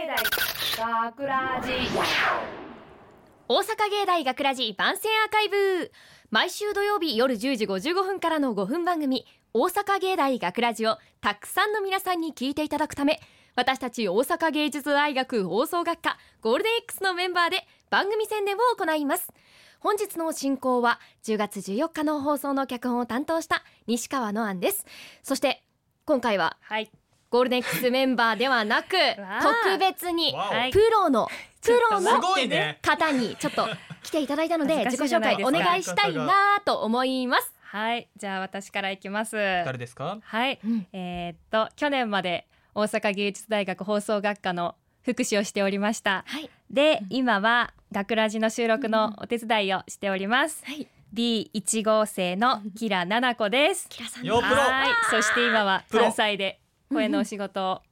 大学ラジ大阪芸大学ラジ番宣アーカイブ毎週土曜日夜10時55分からの5分番組大阪芸大学ラジをたくさんの皆さんに聞いていただくため私たち大阪芸術大学放送学科ゴールデン X のメンバーで番組宣伝を行います本日の進行は10月14日の放送の脚本を担当した西川のあんですそして今回ははい。ゴールデン X メンバーではなく わあ特別にわおはいプロのプロすのごいね。方にちょっと来ていただいたので恥自ず己かしいじゃ紹な介いでおすか願いしたいなと思います。はい。じゃあ私からいきます。誰ですか？はい。うんえーっと去年まで大阪芸術大学放送学科の福祉をしておりました。はいで、今は学ラジの収録のお手伝いをしております。はい B1 号生のキラナナコです。キラさんよプロはい。そして今はプロ関西で声のお仕事を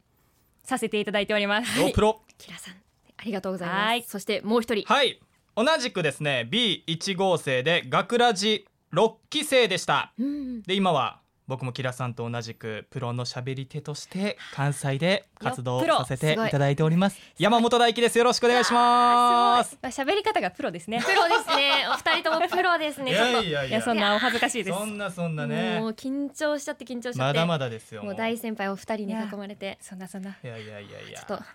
させていただいております。ロプロ。キラさんありがとうございはまいす。そしてもう一人はい。同じくですね、B1 号生で学ラジ6期生でした。うんで今は僕もキラさんと同じくプロの喋り手として関西で活動よプロさせてすごいいただいております。山本大輝です。よろしくお願いします。 まあ喋り方がプロですね。プロですね。お二人ともプロですね。ちょっとやいやそんなお恥ずかしいです。そんなそんなねもう。緊張しちゃって緊張しちゃまってだまだですよ。。もう大先輩お二人に囲まれてそんなそんないやいやいやいや。ちょっとあ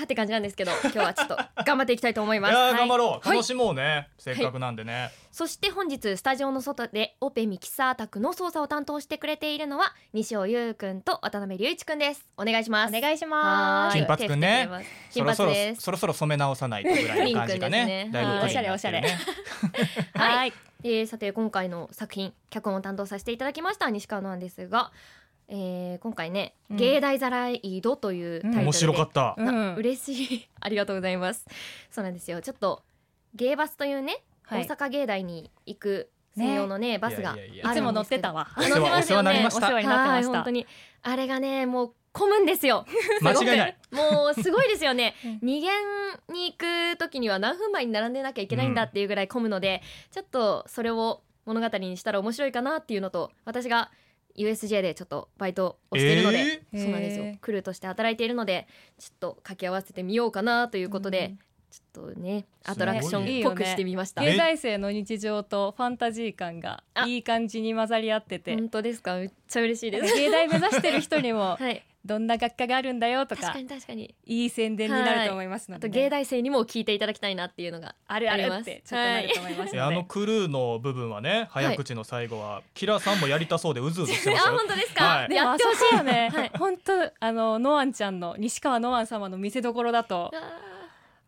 ーって感じなんですけど今日はちょっと頑張っていきたいと思いまいす。や頑張ろう。はい楽しもうね。せっかくなんでね。そして本日スタジオの外でオペミキサー宅の操作を担当してくれているのは西尾優くんと渡辺隆一くんですお願いしまおす願いしはまーすい金髪くんね手そ振ろってそくろれてます金髪ですそろそろ染め直さないとぐらいの感じがピンねクですねだいぶクリーンになってるねはいおしゃれおしはいはい。えーさて今回の作品脚本を担当させていただきました西川なんですが、えー、今回ね「うん芸大ザライド」というタイトルで、面白かったうなん嬉しい ありがとうございますそうなんですよちょっと芸バスというね、はい大阪芸大に行く専用のねバスがあいるんやですけいやいどやいつも乗ってたわ。乗ってますよねお世話になりましたお世話になってましはいた。本当にあれがねもう混むんです よ間違いないもうすごいですよ ねうん二限に行く時には何分前に並んでなきゃいけないんだっていうぐらい混むので、ちょっとそれを物語にしたら面白いかなっていうのと私が USJ でちょっとバイトをしているので、えーそうなんですへよークルーとして働いているのでちょっと掛け合わせてみようかなということで、うんちょっとねアすトごいねラクションっぽくしてみました、いいよね芸大生の日常とファンタジー感があいい感じに混ざり合ってて、本当ですかめっちゃ嬉しいです芸大目指してる人に もはいどんな学科があるんだよと確かかに確かにいい宣伝になると思いますのあでとね、芸大生にも聞いていただきたいなっていうのがあるあありるまっすてちょっとなると思いますいやのあで、のクルーの部分はね早口の最後はキラさんもやりたそうでうずうずしてまし あたよ本当 ですか、はいでややっっててほほししいいよねはい本当あのノアンちゃんの西川ノアン様の見せ所だと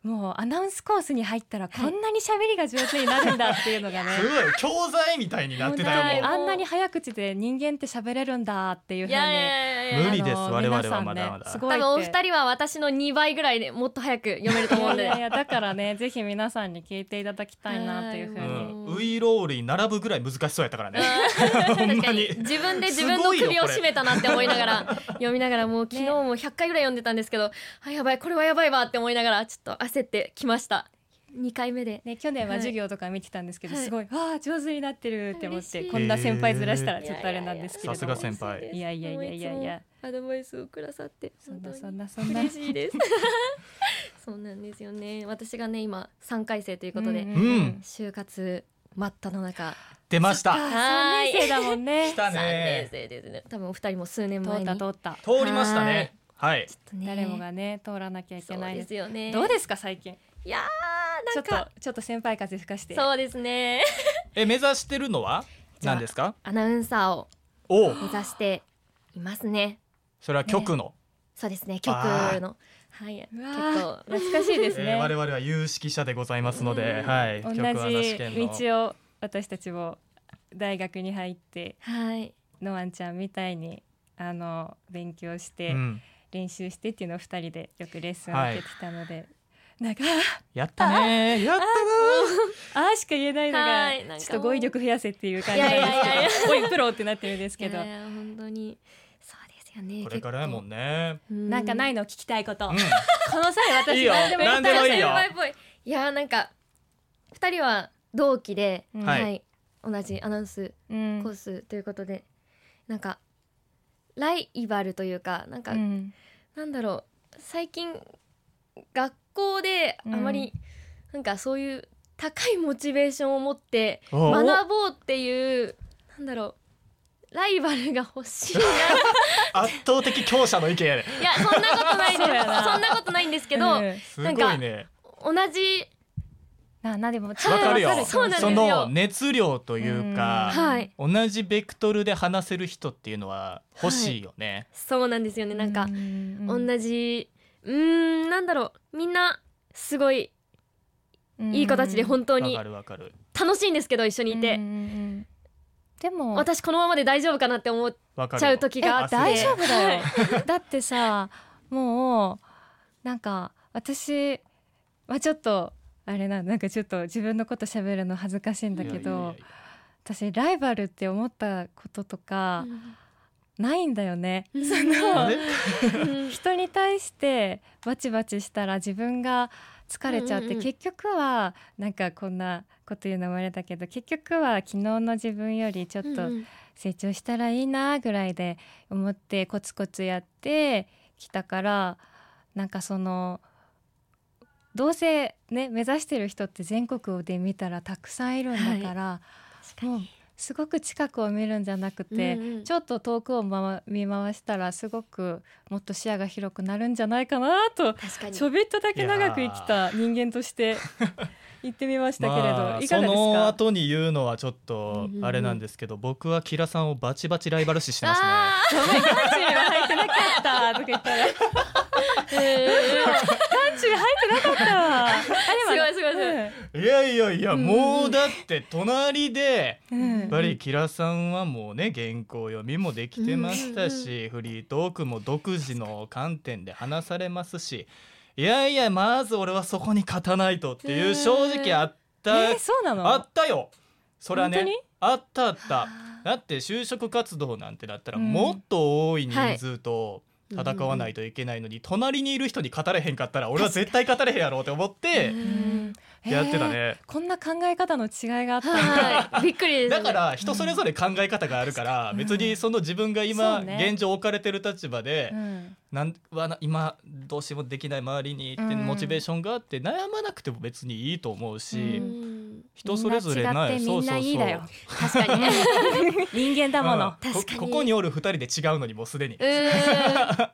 もうアナウンスコースに入ったらこんなに喋りが上手になるんだっていうのがね、すごい教材みたいになってたはよいもあんなに早口で人間って喋れるんだっていうふういにやいやいやい無や理ですあの我々は皆さんねまだまだすごい多分おって二人は私の2倍ぐらいでもっと早く読めると思うんい でやいやだからねぜひ皆さんに聞いていただきたいなというふううに、んウイロールに並ぶぐらい難しそうやったからね 確かほんにまに自分で自分の首を絞めたなって思いながら読みながらもう昨日も100回ぐらい読んでたんですけど、あやばいこれはやばいわって思いながらちょっと焦ってきました2回目でね去年ははい授業とか見てたんですけど、はいすごいあー上手になってるって思って、嬉しいこんな先輩ずらしたらちょっとあれなんですけれさどすも、が先輩いやいやいやいやいやアドバイスをくださってそ本ん当なにそんなそんな嬉しいです そうなんですよね私がね今3回生ということで、うんうん就活真っ只中出ましたあー三年生だもんね来た3年ね生ですね多分お二人も数年通前っにた通った通りましたねはいちょっとね誰もがね通らなきゃいけそうないですよねどうですか最近いやーちなょんっかとちょっと先輩風吹かしてそうですねえ目指してるのはじゃあ何ですかアナウンサーをおう目指していますね。それは局のそうですね、曲の。はい、う結わ構ー、懐かしいですえー我ね、々は有識者でございますのでうんはい局アナ試験の同じ道を私たちも大学に入ってはい、ノアンちゃんみたいにあの勉強して、うん練習してっていうのを二人でよくレッスンを受けてたので、なんかやったねやったなあーしか言えないのが、はいなんかちょっと語彙力増やせっていう感じないんやいやいやいでやすけど語彙プロってなってるんですけいどやいや本当に。そうですよね。これからやもんねね。なんかないいの聞きた いこと、うんこの際い私いよ何でも言ったら何でもいいよ先輩っぽい。いやー、なんか。二人は同期で、うんはいはい、同じアナウンス うんコースということで。なんか。ライバルというか、なんかう、んなんだろう。最近。学校であうんまりなんかそういう高いモチベーションを持ってお学ぼうっていうなんだろうライバルが欲しいな圧倒的強者の意見やねいやそんなことないですそうやなそんなことないんですけど、うんすごいね同じななでもわわかるよそうなんですそよの熱量というかはい同じベクトルで話せる人っていうのは欲しいよね、そうなんですよねなんか、同同じうーんなんだろうみんなすごいいい子たちで本当わにかるわかる楽しいんですけど一緒にいて、でも私このままで大丈夫かなって思っわかるちゃうえ時があって大丈夫だよだってさもうなんか私はちょっとあれななんかちょっと自分のこと喋るの恥ずかしいんだけどいやいやいや私ライバルって思ったこととかないんだよね。うんそあれのうん 人に対してバチバチしたら自分が疲れちゃって、うんうんうん結局はなんかこんなこと言うのもあれだけど結局は昨日の自分よりちょっとうん成長したらいいなぐらいで思ってコツコツやってきたからなんかそのどうせね目指してる人って全国で見たらたくさんいるんだから、もうすごく近くを見るんじゃなくて、うんうんちょっと遠くをまわ見回したらすごくもっと視野が広くなるんじゃないかなと確かにちょびっとだけ長く生きた人間と して言ってみましたけれど、まあいかがですかその後に言うのはちょっとうんうんあれなんですけど、僕はキラさんをバチバチライバル視してますねあごめん、タンチューは入ってなかったとか言ったら、ターえーンチュー入ってなかったわ。あ、すごいすごいすごい、いやいやいや、うんもうだって隣でごい。やっぱりキラさんはもうね原稿読みもできてましたし、フリートークも独自の観点で話されますしいやいやまず俺はそこに勝たないとっていう正直あった、えー、そうなの。あったよそれは本ね当にあったあっただって就職活動なんてだったらうんもっと多い人数と戦わないといけないのに、隣にいる人に語れへんかったら俺は絶対語れへんやろうって思ってうんやってたね。。えーこんな考え方の違いがあったんだ。はいびっくりですねだから人それぞれ考え方があるからうん別にその自分が今そうね現状置かれてる立場でうんなんはな今どうしようもできない周りにってうんモチベーションがあって悩まなくても別にいいと思ううしうんん人それぞれなみんな違っていそうそうみんないいそうだよ確かにね人間だもの。うんこ確かにここにおる二人で違うのにもうすでにう。ー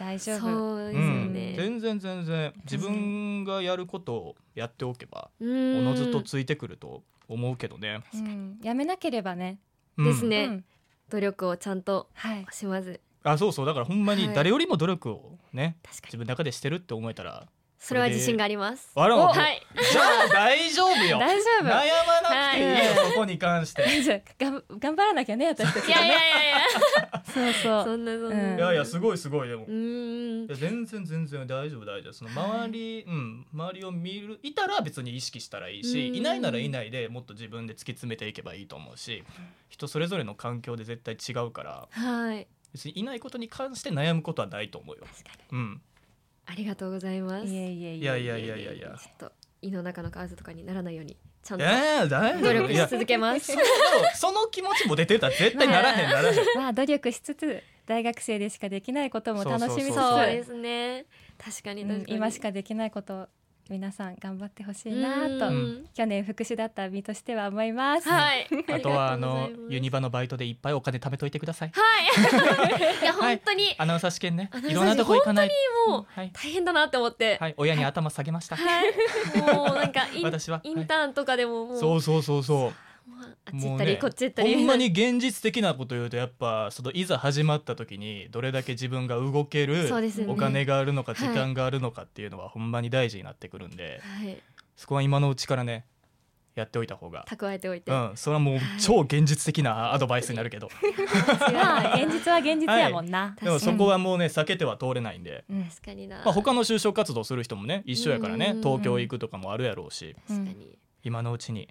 大丈ん夫。そうですうよんね全然全然自分がやることをやっておけばおおのずとついてくると思うけどね。うんやめなければね。うんですねうん努力をちゃんとはい。しますあそうそうだからほんまに誰よりも努力をね確か自に分の中でしてるって思えたらそれは自信がありますあらもうはいじゃあ大丈夫よ。大丈悩まなくていいよ、はそこに関して。夫。じゃあ、がん 頑張らなきゃね、私たちい。やいやいやいやそうそ。そうんなそんうなんいやいや、すごいすごい、でも。ういーんや全然全然大丈夫大丈夫その周り、うん周りを見るいたら別に意識したらいいし、うんいないならいないでもっと自分で突き詰めていけばいいと思うし、人それぞれの環境で絶対違うからはい別にいないことに関して悩むことはないと思うよ。うん、ありがとうございますいえいえいえ。いやいやいやいやいやちょっと胃の中のカーズとかにならないようにちゃんとえー、大丈夫努力いしや続け ますそうでもその気持ちも出てたら絶対ならへんならへん。まあ、努力しつつ、大学生でしかできないことも楽しみつつ。そうですね確かにうん確かに今しかできないことを皆さん頑張ってほしういなーと、ん去年副手だった身としては思います、はいあとはありがのとうございますユニバのバイトでいっぱいお金貯めといてください。はいいやはい本当にアナウンサー試験ねアナウンサー試い験ろんなとこ行かない。もうはい、大変だなって思ってはい、親に頭下げました。はいもうなんかイン私はインターンとかでももうそうそうそうそう。もうあっち行ったりもうねこっち行ったりほんまに現実的なこと言うとやっぱそのいざ始まった時にどれだけ自分が動けるそうですよねお金があるのかはい時間があるのかっていうのはほんまに大事になってくるんで、はいそこは今のうちからねやっておいた方が。蓄えておいてうん、それはもう超現実的なアドバイスになるけど、まあ現実は現実やもんな、でもそこはもうね避けては通れないんで、うん確かになまあ、他の就職活動する人もね一緒やからうんねうんうん東京行くとかもあるやろうし確かに今のうちに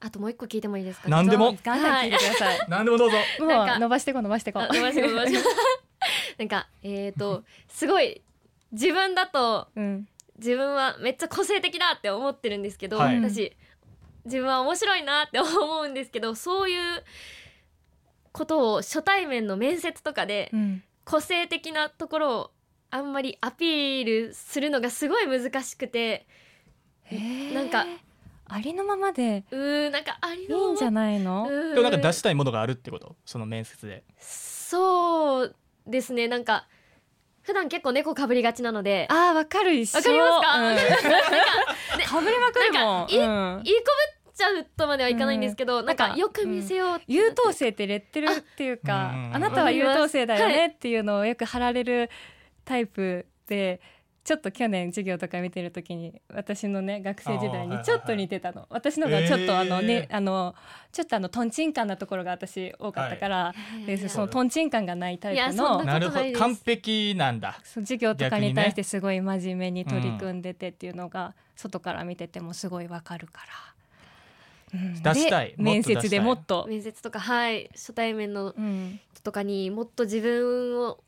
あともう一個聞いてもいいですか何でもそうガンガン聞いてください、何でもどうぞなもんかう伸ばしてこう伸ばしてこうあ伸ばしてこう伸ばしてこう なんかえっ、ー、とすごい自分だとうん自分はめっちゃ個性的だって思ってるんですけど、はい私自分は面白いなって思うんですけどそういうことを初対面の面接とかでうん個性的なところをあんまりアピールするのがすごい難しくてえなんかありのままでうーんなんかありいのいんじゃないの、うーでもなんか出したいものがあるってことその面接でそうですねなんか普段結構猫かぶりがちなのでああわかる一緒わかりますかうんかぶれまくるもん、うんいいこぶっちゃうとまではいかないんですけど、なんなかんかよく見せようって優等生ってレッテルっていうかああなたは優等生だよはねっていうのをよく貼られるタイプでちょっと去年授業とか見てる時に私のね学生時代あーはいはいはにいちょっと似てたの私のがちょっとあのね、えーあのちょっとあのとんちん感なところが私多かったから、いでやいやそのとんちん感がないタイプいやそのんななることほないでどす完璧なんだそう授業とか逆ににね対してすごい真面目に取り組んでてっていうのが外から見ててもすごいわかるから、うん出したいでもっ面と出したい接でもっと、面接とかはい初対面のうん、人とかにもっと自分を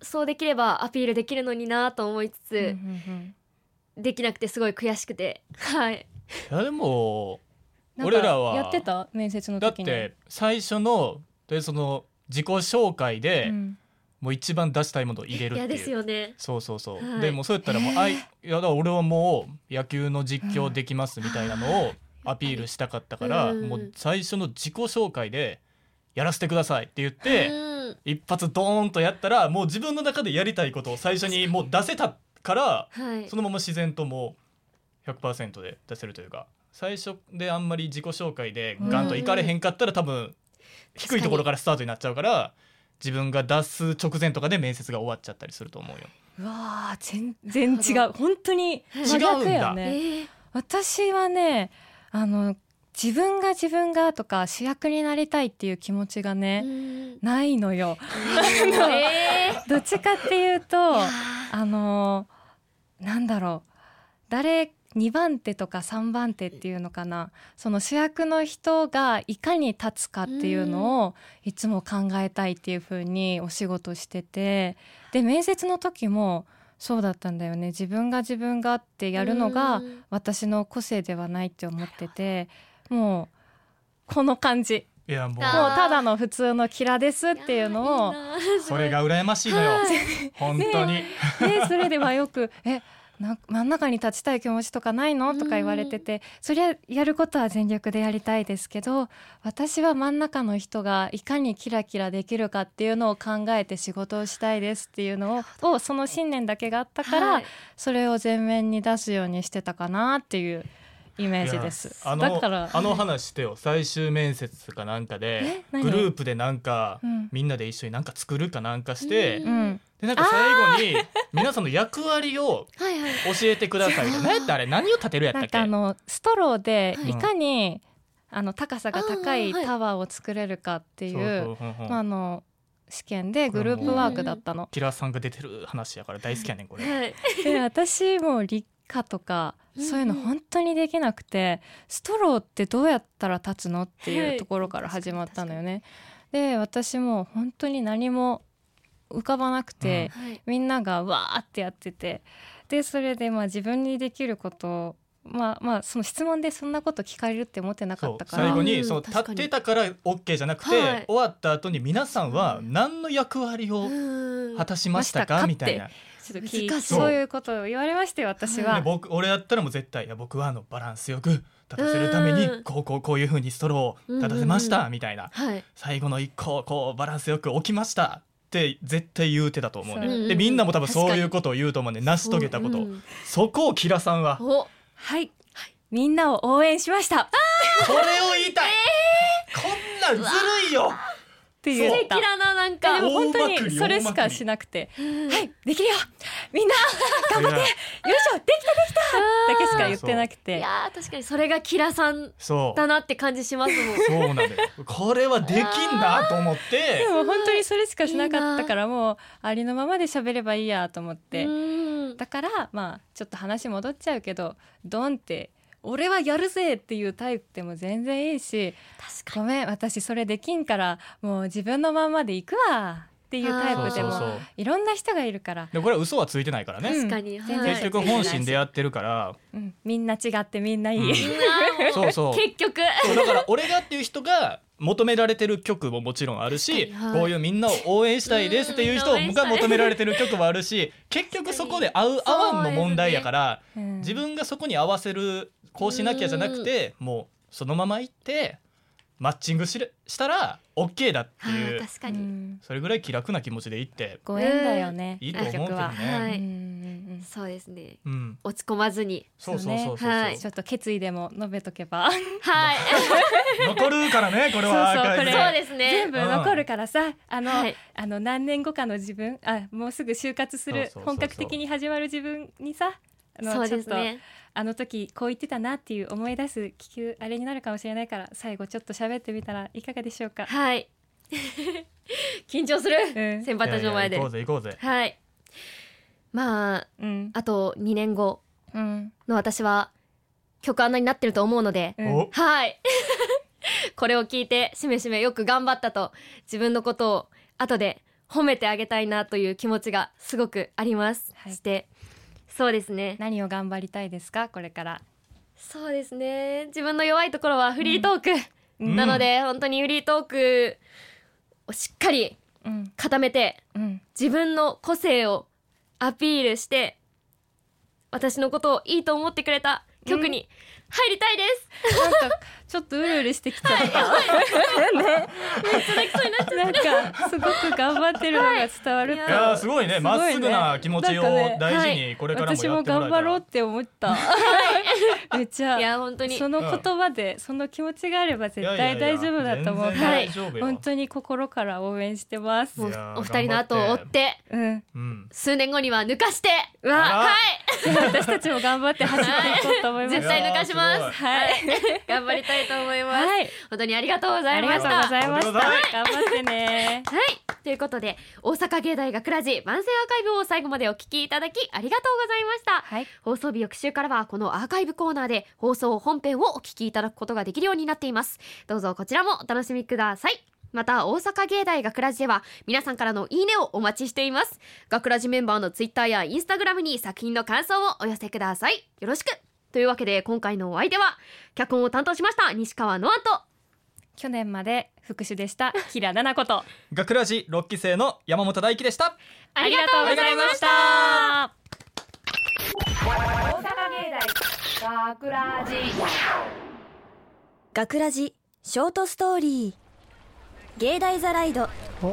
そうできればアピールできるのになと思いつうんうんうつ、んできなくてすごい悔しくてはいいやでもなんか俺らはやってた面接のだっ時にて最初のでその自己紹介で、うんもう一番出したいものを入れるって嫌いうですよねそうそうそう、はいでもうそうやった らもう、あいいやだから俺はもう野球の実況できますみたいなのをアピールしたかったから、うんもう最初の自己紹介でやらせてくださいって言って、うん一発ドーンとやったらもう自分の中でやりたいことを最初にもう出せたからはいそのまま自然ともう100%で出せるというか最初であんまり自己紹介でガンといかれへんかったら多分低いところからスタートになっちゃうから自分が出す直前とかで面接が終わっちゃったりすると思うよ。うわー全然違う本当に真逆やえねー私はねあの自分が自分がとか主役になりたいっていう気持ちがうね、 んないのよえーどっちかっていうといやあのなんだろう誰2番手とか3番手っていうのかなその主役の人がいかに立つかっていうのをいつも考えたいっていう風にお仕事しててで面接の時もそうだったんだよね自分が自分がってやるのがうん私の個性ではないって思っててもうこの感じいやもうあーもうただの普通のキラですっていうのをいやいいなそれが羨ましいのよ本当にでそれではよく「えな真ん中に立ちたい気持ちとかないの?」とか言われてて、そりゃやることは全力でやりたいですけど私は真ん中の人がいかにキラキラできるかっていうのを考えて仕事をしたいですっていうのををその信念だけがあったから、はいそれを前面に出すようにしてたかなっていうイメージです。いやあだのからあの話してよ最終面接かなんかでえ何グループでなんか、うんみんなで一緒になんか作るかなんかして、うんうん、でなんか最後に皆さんの役割をはいはい教えてくださいみたいな何やったあれ何を立てるやったなっんかけあのストローではいいかに、あの高さが高いあーはいタワーを作れるかっていう、そうそううんうんまあ、あの試験でグループワークだったの。キラーさんが出てる話やから大好きやねんこれ。はいで私もう理科とかうんうんそういうの本当にできなくてストローってどうやったら立つのってはいいうところから始まったのよね。で私もう本当に何も浮かばなくて、はいみんながわーってやっててでそれでまあ自分にできることをまあまあその質問でそんなこと聞かれるって思ってなかそっうたか最ら後うにんその立確っかにてたから OK じゃなくて、はい終わった後に皆さんは何の役割をうん果たしましたましたかかみたいな。ちょっと聞い難しいそういうことを言われましたよ私は。で僕俺やったらもう絶対いや僕はあのバランスよく立たせるためうにんこうこうこういう風にストローを立たせましうんたみたいなはい最後の一個をこうバランスよく置きましたって絶対言うてたと思うそうねんでみんなも多分そういうことを言うと思うね成し遂げたことをそこをキラさんはこおはい、みんなを応援しましたっれを言いたいこんなんずるいよて言ったキラななんでかも本当大まくにりそれしかしなくて「はいできるよみんな頑張っていよいやしょできたできた!」だけしか言ってなくいてやー確かにそれがキラさんそうだなって感じします もんそうなんだよこれはできんなと思ってでも本当にそれしかしなかったからもうありのままで喋ればいいやと思ってうんだからまあちょっと話戻っちゃうけどドンって「俺はやるぜ!」っていうタイプでも全然いいし「確かごめん私それできんからもう自分のままで行くわ」っていうタそうイプでそうそもういろんな人がいるからでこれは嘘はついてないからうね確んかに、全然はい結局本心でやってるからうんみんな違ってみんないい。うんそうそう結局そうだから俺がっていう人が求められてる曲ももちろんあるし、確かにはいこういうみんなを応援したいですっていう人うん応援したがい求められてる曲もあるし 結局そこで合う合わんの問題やから、うん自分がそこに合わせるこうしなきゃじゃなくてもうそのまま行ってマッチングしるしたら OK だっていーう確かうに、んそれぐらい気楽な気持ちで行ってご縁だよね。いいと思うけど楽はね。はいうんうんそうですねうん、落ち込まずにそうそうそうそうそう、ねはういんちょっと決意でも述べと けば はい残るからねこれはアそうそうーカイブでこれそうですね全部残るからさあの、はいあの何年後かの自分あもうすぐ就活するそうそうそうそう本格的に始まる自分にさあのそうちょでっすとねあの時こう言ってたなっていう思い出す気球あれになるかもしれないから最後ちょっと喋ってみたらいかがでしょうか。はい 緊張するうん先輩たちの前でいやいや行こうぜ行こうぜはいまあうんあと2年後うんの私は曲穴になってると思うので、うんおはい これを聞いてしめしめよく頑張ったと自分のことを後で褒めてあげたいなという気持ちがすごくあります、はいしてそうですね何を頑張りたいですかこれから。そうですね自分の弱いところはフリートーク、うんなので本当にフリートークをしっかりうん固めてうん自分の個性をアピールして私のことをいいと思ってくれた曲に入りたいです、なんかちょっとうるうるしてきちゃった。 ね。なんかすごく頑張ってるのが伝わると。はいいやーすごいねすごいまねっすぐな気持ちなんをかね大事にこれからもやっ私てもらもえたら頑張ろうって思った。 めっちゃいや本当にその言葉で、その気持ちがあれば絶いや対いやい大や丈夫だと思う全から、は然い大丈夫よ本当に心から応援してます。もいうやーお二人の後を追ってうん、うん数年後には抜かしてあはら私たちも頑張って走っていこうと思いいます。 絶対抜かしいやまーすすはい 頑張りたいと思います、はい、本当にありがとうござあいりまがしとたうございました。ありがとうございま頑張ってね。はいということで大阪芸大学ラジ万世アーカイブを最後までお聞きいただきありがとうございましたはい、放送日翌週からはこのアーカイブコーナーで放送本編をお聞きいただくことができるようになっていますどうぞこちらもお楽しみくださいまた大阪芸大学ラジでは皆さんからのいいねをお待ちしています学ラジメンバーのツイッターやインスタグラムに作品の感想をお寄せくださいよろしくというわけで今回のお相手は脚本を担当しました西川ノアと去年まで副手でした。キラナナこと。学ラジ6期生の山本大輝でしたありがとうございました大阪芸大学ラジ学ラジショートストーリー芸大ザライドあお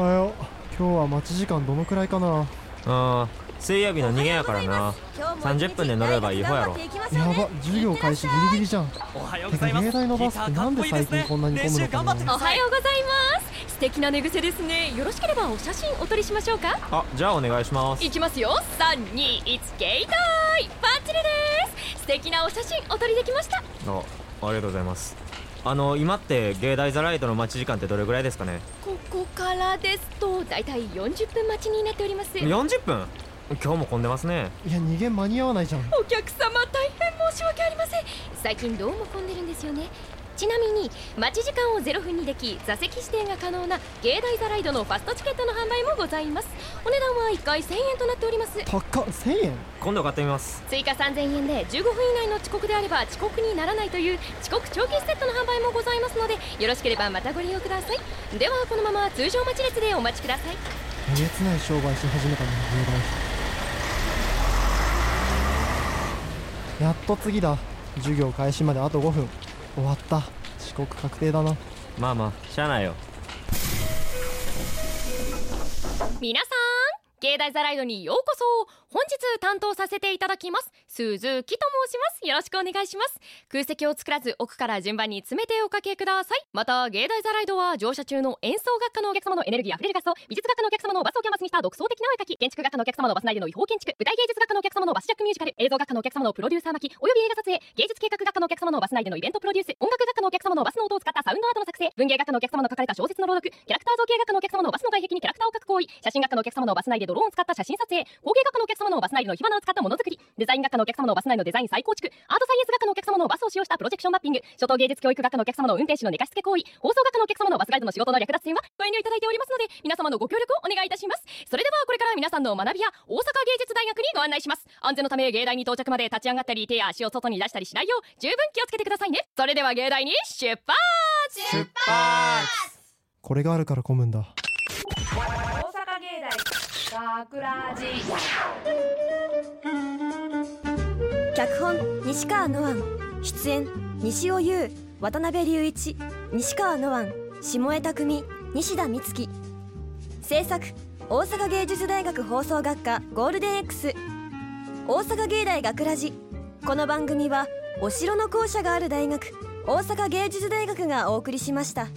はよう今日は待ち時間どのくらいかなああ水曜日の逃げやからな30分で乗ればいい方やろやば授業開始ギリギリじゃんおはようてござかいます芸大のバスってなんで最近こんなに混むのかな練習おはようございます素敵な寝癖ですねよろしければお写真お撮りしましょうかあじゃあお願いしますいきますよ321ゲイタイパッチリです素敵なお写真お撮りできましたあありがとうございますあの今って芸大ザライトの待ち時間ってどれぐらいですかねここからですとだいたい40分待ちになっております40分今日も混んでますねいや逃げ間に合わないじゃんお客様大変申し訳ありません最近どうも混んでるんですよねちなみに待ち時間を0分にでき座席指定が可能な芸大ザライドのファストチケットの販売もございますお値段は1回1000円となっております高っ1000円今度買ってみます追加3000円で15分以内の遅刻であれば遅刻にならないという遅刻長期セットの販売もございますのでよろしければまたご利用くださいではこのまま通常待ち列でお待ちくださいえげつない商売し始めたな芸大やっと次だ授業開始まであと5分終わった遅刻確定だなまあまあしゃあないよ皆さん芸大ザライドにようこそ本日担当させていただきます鈴木と申しますよろしくお願いします空席を作らず奥から順番に詰めておかけくださいまた芸大ザライドは乗車中の演奏学科のお客様のエネルギーあふれる合奏美術学科のお客様のバスをキャンバスにした独創的なお絵描き建築学科のお客様のバス内での違法建築舞台芸術学科のお客様のバスジャックミュージカル映像学科のお客様のプロデューサー巻きおよび映画撮影芸術計画学科のお客様のバス内でのイベントプロデュース音楽学科のお客様のバスの音を使ったサウンドアートの作成文芸学科のお客様の書かれた小説の朗読キャラクター造形学科のお客様のバスの外壁にキャラクターを描く行為写真学科のお客様のバス内でドローンを使った写真撮影工芸学科のお客様のバス内での火花を使ったものづくりデザイン学科のお客様のバス内のデザイン再構築アートサイエンス学科のお客様のバスを使用したプロジェクションマッピング初等芸術教育学科のお客様の運転手の寝かしつけ行為放送学科のお客様のバスガイドの仕事の略奪戦はご遠慮いただいておりますので皆様のご協力をお願いいたしますそれではこれから皆さんの学びや大阪芸術大学にご案内します安全のため芸大に到着まで立ち上がったり手や足を外に出したりしないよう十分気をつけてくださいねそれでは芸大に出発出発これがあるから混むんだ大阪芸大学ラジ脚本西川ノアン出演西尾優渡辺隆一西川ノアン下江拓海西田美月制作大阪芸術大学放送学科ゴールデン X 大阪芸大学ラジこの番組はお城の校舎がある大学大阪芸術大学がお送りしました。